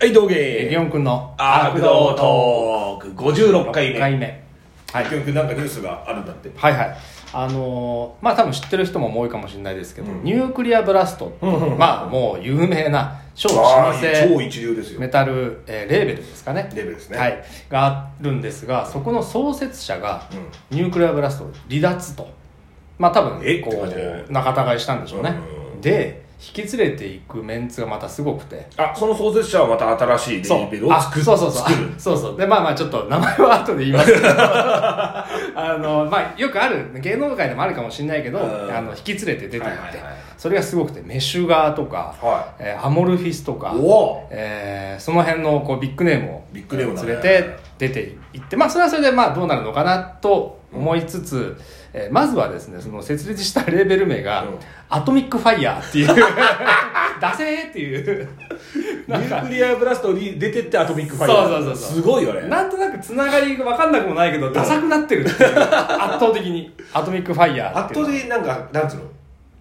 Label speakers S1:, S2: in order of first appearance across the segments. S1: はい、道
S2: え
S1: 芸
S2: ギオン君の
S1: 悪道トーク56回目。
S2: 1回目は
S1: はいい、結局なんかニュースがあるんだって。
S2: はいはいあのーまあ多分知ってる人も多いかもしれないですけど、
S1: うん
S2: ニュークリアブラスト、
S1: うんうんうん
S2: まあもう有名な超老
S1: あ
S2: 舗
S1: ー超一流ですよ。
S2: メタル、えーレーベルですかね
S1: レベルですね。
S2: はい、があるんですがそこの創設者がニュークリアブラストを離脱とまあ多分
S1: え
S2: こ
S1: って感じだよね
S2: う仲違いしたんでしょうね
S1: うん
S2: で引き連れていくメンツがまたすごくて
S1: あ、その創設者はまた新しいレーベルを
S2: あ
S1: 作る。
S2: そうそうそう
S1: 作る
S2: あそうそうでまあまあちょっと名前は 後で言いますけどあのまあよくある芸能界でもあるかもしれないけど
S1: うん
S2: あの引き連れて出て行って、
S1: はいはいはい
S2: それがすごくてメシュガーとか、
S1: は
S2: えーアモルフィスとか
S1: おぉ
S2: えーその辺のこうビッグネームを
S1: ビッグネームだね
S2: 連れて出ていって、まあ、それはそれでまあどうなるのかなと思いつつ、えーまずはですねその設立したレーベル名が、
S1: うん
S2: アトミックファイヤーっていう ダセーっていう
S1: ニュークリアブラストに出てってアトミックファイ
S2: そう
S1: ヤー。
S2: そうそうそう
S1: すごいよね。
S2: なんとなくつながりが分かんなくもないけどダサくなってるっていう圧倒的にアトミックファイヤーっ
S1: 圧
S2: ていう
S1: 倒
S2: の
S1: 的になんか、なんつうの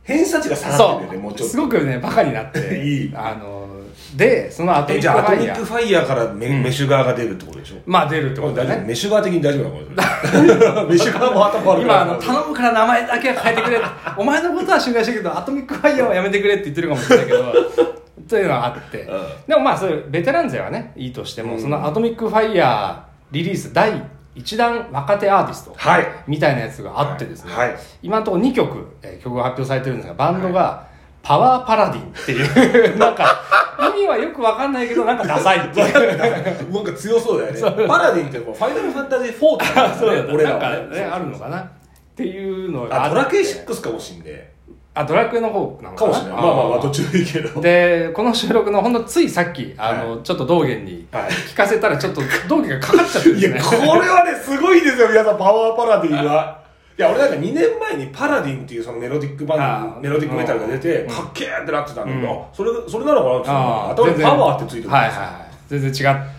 S1: 偏差値が下がっ
S2: そ
S1: てるよね、もうち
S2: う
S1: ょっ
S2: す
S1: と。
S2: ごくねバカになって
S1: いい
S2: あのでそのアトミ
S1: え、
S2: ッ
S1: じ
S2: ク
S1: ゃ
S2: フ
S1: あアト
S2: ァイ
S1: ミ
S2: ヤ
S1: ック
S2: ー
S1: ファイヤーからメメシュガーが出るってことでしょ
S2: まあ出るって
S1: こ
S2: こ
S1: れ
S2: とだ
S1: 大丈夫
S2: ね
S1: メシュガー的に大丈夫な のこれメシュガーも頭悪く
S2: 今
S1: な
S2: あ
S1: る
S2: の頼むから名前だけは変えて くれお前のことは信頼してるけどアトミックファイヤーはやめてくれって言ってるかもしれないけどというのがあって、
S1: うん
S2: でもまあそれベテラン勢はねいいとしても、そのアトミックファイヤーリリース第1弾若手アーティスト
S1: はい
S2: みたいなやつがあってですね、
S1: はいはい
S2: 今のところ2曲、えー曲が発表されてるんですがバンドが、パワーパラディンっていう なんか意味はよくわかんないけどなんかダサいってい う
S1: なんか強そうだよね。パラディンってこうファイナルファンタジー4とか、ね、俺ら
S2: なん
S1: は
S2: かねあるのかなっていうのが
S1: あ、ドラ
S2: って
S1: ケイ6かもしんね
S2: あドラクエの方なの
S1: か
S2: かな
S1: もしんない。まあまあまあ、どっちもいいけど。
S2: でこの収録のほんのついさっきあの、ちょっと道元に
S1: はい
S2: 聞かせたらちょっと道元がかかっちゃってるん
S1: い
S2: で
S1: や
S2: すね、
S1: これはね、すごいですよ、皆さん、パワーパラディンは。いや、俺なんか2年前にパラディンっていうそのメロディックバン
S2: あー
S1: ド、メロディックメタルが出て、
S2: うん
S1: かっけーってなってたんだけど、
S2: うん
S1: あそれ、それなのかなって思って頭に
S2: 全然
S1: パワーってついてるんですよ
S2: はいはいはい全然違って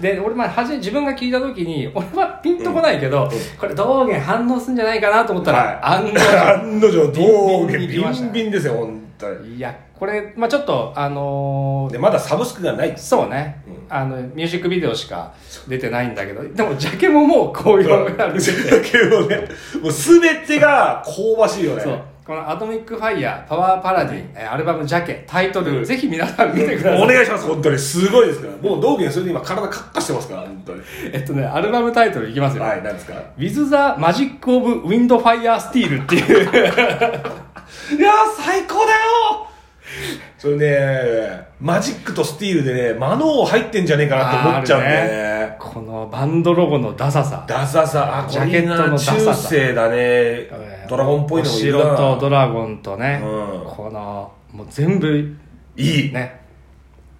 S2: で俺まあ初め自分が聞いた時に俺はピンとこないけど、これ道元反応するんじゃないかなと思ったら、案外
S1: 案の定、道元、
S2: ビンビンに
S1: ビ
S2: 行きました
S1: ン
S2: ね
S1: ビンですよ、本当に。
S2: いやこれまあちょっとあのー
S1: で、まだサブスクがない
S2: そうね、
S1: うん
S2: あのミュージックビデオしか出てないんだけどでもジャケももう紅葉が出て
S1: だ
S2: て
S1: けどね、もう全てが香ばしいよね。
S2: そうこの「アトミックファイヤーパワーパラディン」えーアルバム「ジャケ」タイトル、
S1: うん
S2: ぜひ皆さん見て くださ
S1: お
S2: い、
S1: 願いします、本当に。すごいですから。もう道元それで今体カッカしてますから、本当に。
S2: えっとねアルバムタイトルいきますよ、
S1: はい、なんですか。
S2: With the Magic of Wind Fire Steel っていう
S1: いやー、最高だよそれね、マジックとスティールでね、魔能入ってんじゃねえかなって思っちゃうんだよね。
S2: このバンドロゴのダサさ
S1: ダサさ、あ、
S2: ジャケットのダサさ
S1: これが中世だね
S2: え。ー
S1: ドラゴンっぽいのもいる
S2: お城とド
S1: な。
S2: ラゴンとね、
S1: うん
S2: このもう全部
S1: いい。
S2: ね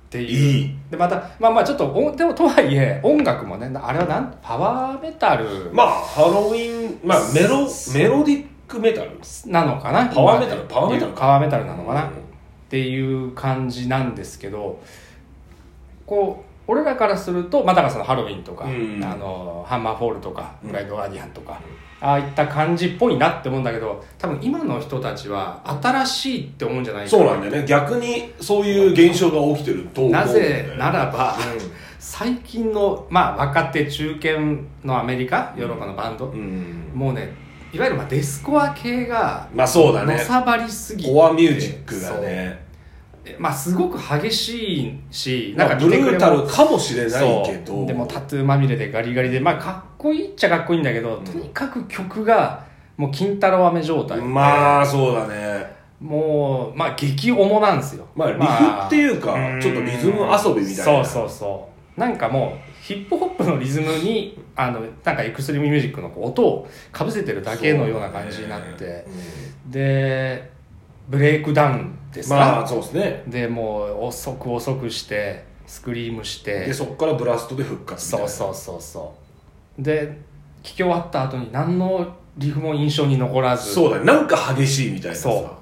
S2: っていう
S1: いい
S2: でまたまあまあちょっとおでもとはいえ音楽もねあれはなんパワーメタル
S1: まあ、ハロウィン、まあ、メロ、メロディックメタル。
S2: なのかな
S1: パワーメタル
S2: 今
S1: パワーメタル
S2: パワーメタルなのかな、
S1: うん
S2: っていう感じなんですけどこう俺らからすると、まあ、だからそのハロウィンとか、
S1: うん
S2: あのハンマーフォールとか
S1: うん
S2: ブライドガーディアンとか、ああいった感じっぽいなって思うんだけど多分今の人たちは新しいって思うんじゃないか
S1: そうなんだよね。逆に、そういう現象が起きてると思うんだ
S2: な
S1: よね。
S2: ぜならば、
S1: うん
S2: 最近の、まあ、若手中堅のアメリカヨーロッパのバンド、
S1: うん。
S2: もうねいわゆるまあデスコア系が
S1: まあ、そうだ
S2: の
S1: ね。
S2: さばりすぎて
S1: コアミュージックがね。
S2: えまあすごく激しいし
S1: なんかブルータルか
S2: か
S1: もしれないけど。
S2: でもタトゥーまみれでガリガリでまあかっこいいっちゃかっこいいんだけど、
S1: うん
S2: とにかく曲がもう金太郎飴状態
S1: まあそうだね
S2: もうまあ激重なんですよ
S1: まあリフっていうか、
S2: ん
S1: ちょっとリズム遊びみたいな
S2: そうそうそうなんかもうヒップホップのリズムにあのなんかエクストリームミュージックのこう音をかぶせてるだけのような感じになって、
S1: そうね
S2: でブレイクダウンで
S1: うん
S2: すか、
S1: まあそうですね
S2: でもう遅く遅くしてスクリームして
S1: でそこからブラストで復活みたい
S2: そう
S1: な
S2: そうそうそうで聞き終わった後に何のリフも印象に残らず
S1: そうだねなんか激しいみたいなさ
S2: そ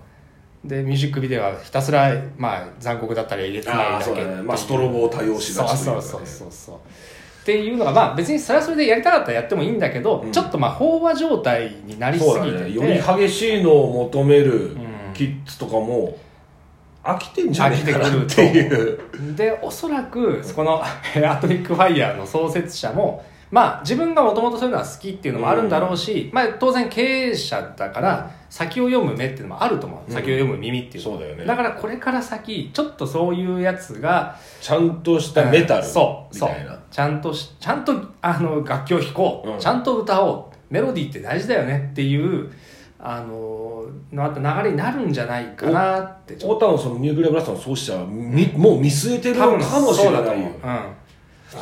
S2: でミュージックビデオはひたすら、まあ、残酷だったりえげつない
S1: あ
S2: だ
S1: あ
S2: け
S1: そうだ
S2: ってい
S1: ねまあストロボを多用しがちというか
S2: そう
S1: ね
S2: そうそうそうそうっていうのがまあ別にそれはそれでやりたかったらやってもいいんだけど、
S1: うん
S2: ちょっとまあ飽和状態になりす
S1: そう
S2: ぎ
S1: だ
S2: て
S1: ね
S2: て
S1: より激しいのを求める
S2: ん
S1: キッズとかも、飽きてんじゃ
S2: 飽
S1: ね
S2: き
S1: え
S2: て
S1: か
S2: く
S1: な
S2: る
S1: っていう
S2: とでおそらくそこの アトミック・ファイヤーの創設者もまあ自分がもともとそういうのは好きっていうのもあるんだろうし、まあ当然経営者だから先を読む目っていうのもあると思う。
S1: うん
S2: 先を読む耳っていうの
S1: そうだよね
S2: だからこれから先、ちょっとそういうやつが、
S1: ちゃんとしたメタル
S2: うんそう
S1: み
S2: そう
S1: たいな
S2: ちゃんとしちゃんとあの楽器を弾こう、
S1: うん
S2: ちゃんと歌おうメロディーって大事だよねっていうあののあった流れになるんじゃないかなってちょっ
S1: 太田のそのニュークリアブラストの創始者はみもう見据えて
S2: と
S1: るのかもしれ
S2: そうだと
S1: ない
S2: 思
S1: よ
S2: ううん
S1: だか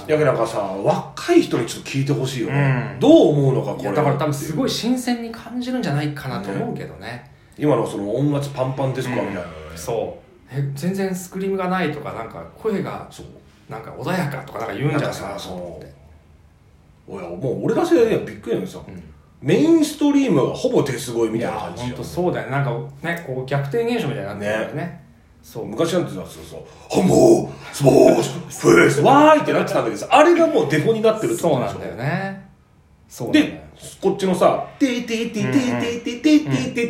S1: らなんかさ若い人にちょっと聞いてほしいよね、
S2: うん
S1: どう思うのかこ
S2: い
S1: れ
S2: やだから多分すごい新鮮に感じるんじゃないかなと思うけどね
S1: 今のその音圧パンパンですかみたいなね、
S2: そうえ全然スクリームがないとかなんか声が
S1: そう
S2: なんか穏やかとかなんか言うんじゃないか
S1: なん
S2: な
S1: かさ
S2: と思って
S1: おやもう俺ら世代にはびっくりなのさ、
S2: うん
S1: メインストリームがほぼ手すごいみ
S2: い
S1: たい
S2: や
S1: な感じ
S2: 本
S1: よ
S2: 当そうだよねなんかねこう逆転現象みたいになってるよねそう
S1: 昔なんてさそうそう「ハンモースポーツフェイスわーい!」ってなってたんだけどさあれがもうデフォになってるって
S2: そう
S1: で
S2: な
S1: しょ
S2: んだよねそうなんだよ
S1: でこっちのさ「てーてーてーてーてーてーてーて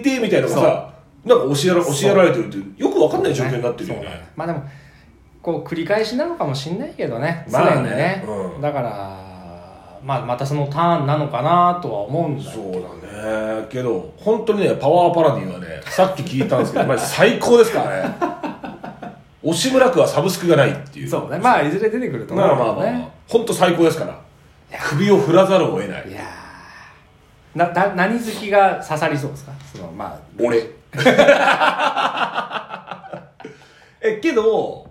S1: ーてー」みたいなのがさなんか教えら教えられてるってよくわかんない状況になってるよ
S2: そうだ
S1: ね
S2: まあでもこう繰り返しなのかもしれないけどね常
S1: まあね
S2: にね、
S1: うん
S2: だから、まあ、またそのターンなのかなとは思うんだけ
S1: そ
S2: ど
S1: うだねけど本当にねパワーパラディはねさっき聞いたんですけどまあ最高ですからね押村区はサブスクがないっていう
S2: そうねまあいずれ出てくると思う
S1: まあ
S2: け
S1: まあ
S2: ど
S1: まあ、
S2: ね
S1: 本当最高ですから首を振らざるを得ない
S2: いやーなな何好きが刺さりそうですかそのまあ
S1: 俺 えけど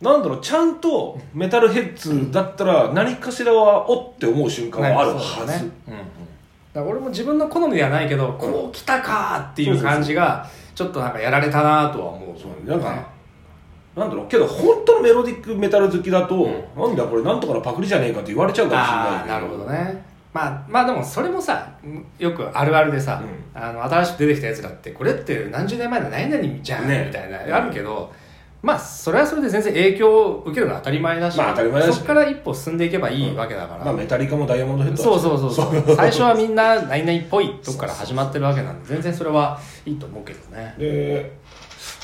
S1: なんだろうちゃんとメタルヘッズだったら何かしらはおって思う瞬間はあるは
S2: そう
S1: ず、
S2: だねうんうんだから俺も自分の好みではないけどこう来たかーっていう感じがちょっとなんかやられたなとは思う
S1: そうなんかなんだろうけど本当のメロディックメタル好きだと、なんだこれなんとかのパクリじゃねえかって言われちゃうかもし
S2: ああ
S1: れな
S2: ない
S1: け
S2: るほどねまあまあでもそれもさよくあるあるでさ、あの新しく出てきたやつだってこれって何十年前の何々じゃん、
S1: ね
S2: みたいなあるけど、まあそれはそれで全然影響を受けるのは当たり前だし、
S1: まあ当たり前だし
S2: そこから一歩進んでいけばいいわけだから、
S1: まあメタリカもダイヤモンドヘッドだし
S2: そうそうそうそう最初はみんな何々っぽいとこから始まってるわけなんで全然それはいいと思うけどね
S1: で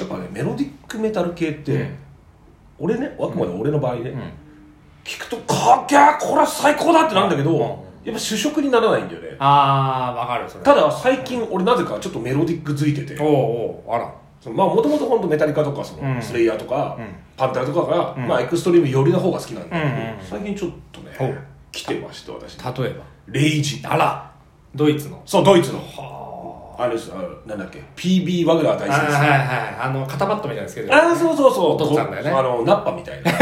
S1: やっぱねメロディックメタル系って、
S2: うん
S1: 俺ねあくまで俺の場合ね、
S2: うん
S1: 聞くとかっけーこれは最高だってなんだけど、やっぱ主食にならないんだよね
S2: ああわかるそれ
S1: ただ最近俺なぜかちょっとメロディックづいてて
S2: おうおうあら
S1: そのまあもともと本当メタリカとかそ
S2: うん
S1: のスレイヤーとか、
S2: うん
S1: パンタラとかが、
S2: うん
S1: まあエクストリーム寄りの方が好きなんだけど、
S2: うんうんうん
S1: 最近ちょっと
S2: ほ
S1: ね
S2: う
S1: 来てまして私
S2: 例えば
S1: レイジ
S2: あらドイツの
S1: そうドイツのあれですあのなんだっけ PB ワグナー大
S2: あ
S1: 好きです
S2: はいはいあの肩パッドみたいですけど
S1: ああそうそうそう
S2: お父さんだよね
S1: あのナッパみたい な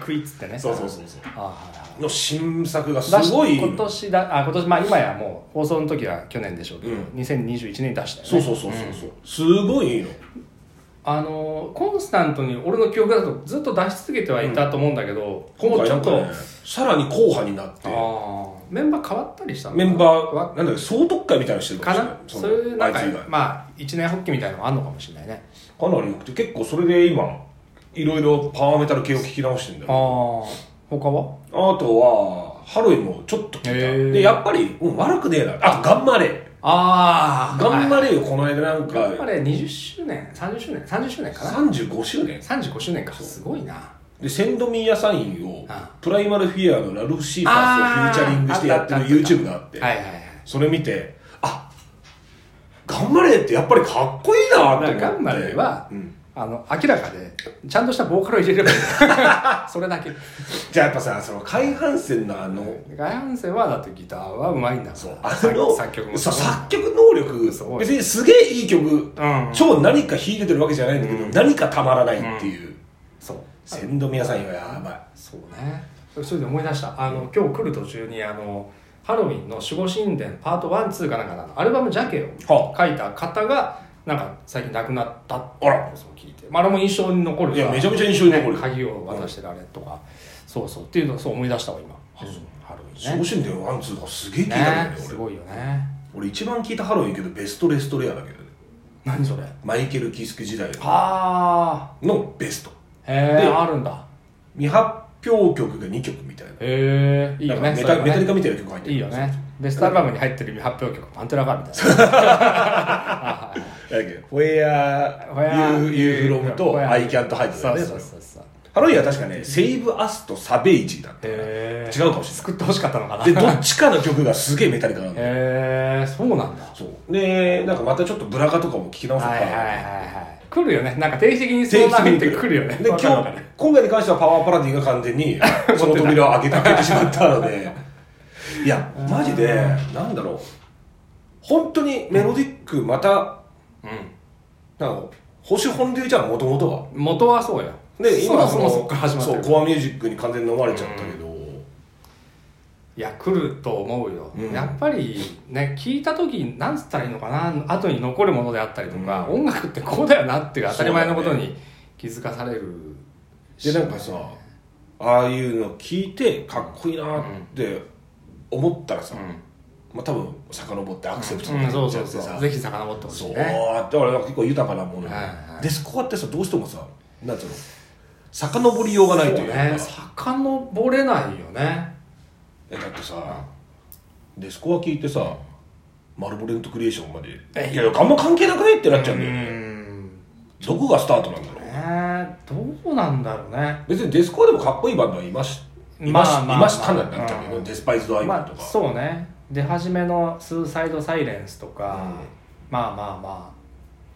S2: クイッツってね
S1: そうそうそうそ
S2: あはいはいう
S1: の新作がす
S2: 出し
S1: ごい
S2: 今年だあ今年まあ今やもう放送の時は去年でしょうけど、
S1: うん
S2: 2021年に出したよね
S1: そうそうそうそうそう、すごいいいの
S2: あのーコンスタントに俺の記憶だとずっと出し続けてはいたと思うんだけど、も
S1: 今
S2: う
S1: 回
S2: ち
S1: な
S2: ょ
S1: ん
S2: っ
S1: か、
S2: と、
S1: ね、さらに後派になっ
S2: あ
S1: て
S2: ーメンバー変わったりしたの
S1: メン
S2: は
S1: バーなんだっけ総特会みたいなのしてる
S2: か
S1: もしれ
S2: なそういう
S1: な
S2: ないんか
S1: あいつ以外
S2: まあ一年発起みたいなのもあんのかもしれないね
S1: かなり良くて結構それで今いろいろパワーメタル系を聞き直してんだ
S2: ああ
S1: よ
S2: 他は
S1: あとはハロウィンもちょっと聞いた
S2: へー
S1: でやっぱり、うん、悪くねえなあと頑張れ
S2: ああ
S1: 頑張れよこの間なんか
S2: 頑張れ20周年30周年30周年かな
S1: 35周年
S2: 35周年かすごいな
S1: でセンドミーヤサインを
S2: あ
S1: プライマルフィアのラルフ・シーパースをフューチャリングしてやってる
S2: あーあったあった
S1: YouTube があって
S2: はいはいはい
S1: それ見てあ頑張れってやっぱりかっこいいなって思って
S2: 頑張れは
S1: うん
S2: あの明らかでちゃんとしたボーカルを入れ ればいいそれだけ
S1: じゃあやっぱさその海帆船のあの
S2: ガヤンセンはだってギターはうまいんだから
S1: そうあ
S2: さ
S1: の
S2: 作曲も
S1: そう作曲能
S2: すご
S1: 力
S2: い
S1: 別にすげえいい曲
S2: うん
S1: 超何か弾いててるわけじゃないんだけど、
S2: うん
S1: 何かたまらないっていう、
S2: そう
S1: センドミヤサインはやばい
S2: そうねそれで思い出したあの今日来る途中にあのハロウィンの守護神殿パート12かなんかのアルバムジャケを
S1: は
S2: 書いた方がなんか最近亡くなったって
S1: あら
S2: そう聞いて、まあ、あれも印象に残る
S1: いやめちゃめちゃ印象に残る
S2: ね、鍵を渡してられとか、そうそうっていうのをそう思い出したわ今、ハロウィン
S1: 送信
S2: ね
S1: でワンツーがすげえ聞いたんだよ
S2: ね
S1: ね
S2: す
S1: 俺
S2: ごいよね
S1: 俺一番聞いたハロウィンけどベストレストレアだけどね
S2: 何それ
S1: マイケル・キスケ時代
S2: あ
S1: のベスト
S2: ーへ
S1: で
S2: えあるんだ
S1: 未発表曲が2曲みたいな
S2: へえいいよね
S1: なんかメ
S2: それ
S1: タ
S2: は
S1: メタリ
S2: ね
S1: カみたいな曲入ってる
S2: いいよねベストアルバムに入ってる発表曲「パンテラガール」みたいな
S1: だけどフォエア
S2: フォエア
S1: ユーユーフロムと
S2: フォエア
S1: アイキャンと入ってた
S2: そ
S1: よ
S2: う
S1: ね
S2: そうそうそう
S1: ハロイは確かね「セイブ・アス」と「サベイジ」だったから
S2: へ
S1: 違うかもし
S2: 作ってほしかったのかな
S1: れないでどっちかの曲がすげえメタリカなんだよ
S2: へえそうなんだ
S1: そうでなんかまたちょっとブラカとかも聞き直す
S2: は
S1: か
S2: い
S1: ら、
S2: はいはいはい来るよねなんか定期的にそうなってくるよね
S1: で今
S2: わ
S1: 日
S2: かるわかる
S1: 今回に関してはパワーパラディンが完全 にその扉を開けて開けてしまったのでいやマジでなんだろう本当にメロディックまたなんか星本流じゃんもともとは
S2: うん元はそうや
S1: で今
S2: そもそもそっから始まって
S1: そう
S2: る
S1: コアミュージックに完全に飲まれちゃったけど、
S2: いや来ると思うよ、
S1: うん
S2: やっぱりね聞いた時なんつったらいいのかな後に残るものであったりとか、音楽ってこうだよなっていう当たり前のこと
S1: そうだ
S2: に気づかされる
S1: でなんかさああいうの聞いてかっこいいなって思ったらさ、まあ多分遡ってアクセプト
S2: う
S1: に
S2: ん、
S1: なっ
S2: そう
S1: ちゃ
S2: そう
S1: って
S2: そ
S1: さ
S2: うぜひ遡ってほし
S1: そ
S2: いうね
S1: だから結構豊かなもの、
S2: はいはい
S1: でそこはってさどうしてもさなんつうの遡りようがないというか
S2: ね遡れないよね
S1: えだってさでそこは聞いてさマルボレントクリエーションまで
S2: え
S1: いやいやあんま関係なくねってなっちゃうんだよね
S2: ん
S1: どこがスタートなんだろう
S2: ねどうなんだろうね
S1: 別にデスコアでもかっこいいバンドはいましいまし
S2: まあまあ
S1: いましたなんだったけど、
S2: うん
S1: デスパイズドアイブ
S2: ま
S1: と
S2: あ
S1: か、
S2: そうね出始めの「スーサイド・サイレンス」とか、
S1: うん
S2: まあまあまあ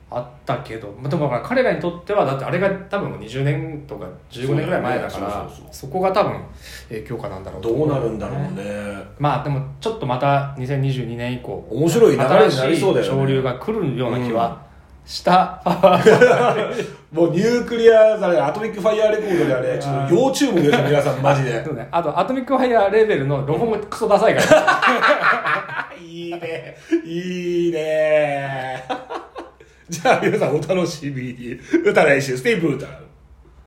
S2: あったけどまあでもだから彼らにとってはだってあれが多分もう20年とか15年ぐらい前だ
S1: そ
S2: から
S1: うだ
S2: そ
S1: よねそうそうそう
S2: こが多分影響かなんだろうと
S1: ど
S2: 思
S1: うなるんだろうね
S2: まあでもちょっとまた2022年以降
S1: 面白い流れになりそうだよね
S2: 新しい潮流が来るような気はした、パワー
S1: もうニュークリアザレアトミックファイヤーレコードではねちょっと要注目ですよ皆さんマジで
S2: でもねあとアトミック・ファイヤーレベルのロゴもクソダサいから、
S1: いいね。いい ね。じゃあ皆さんお楽しみに。歌来週、ステイブーター。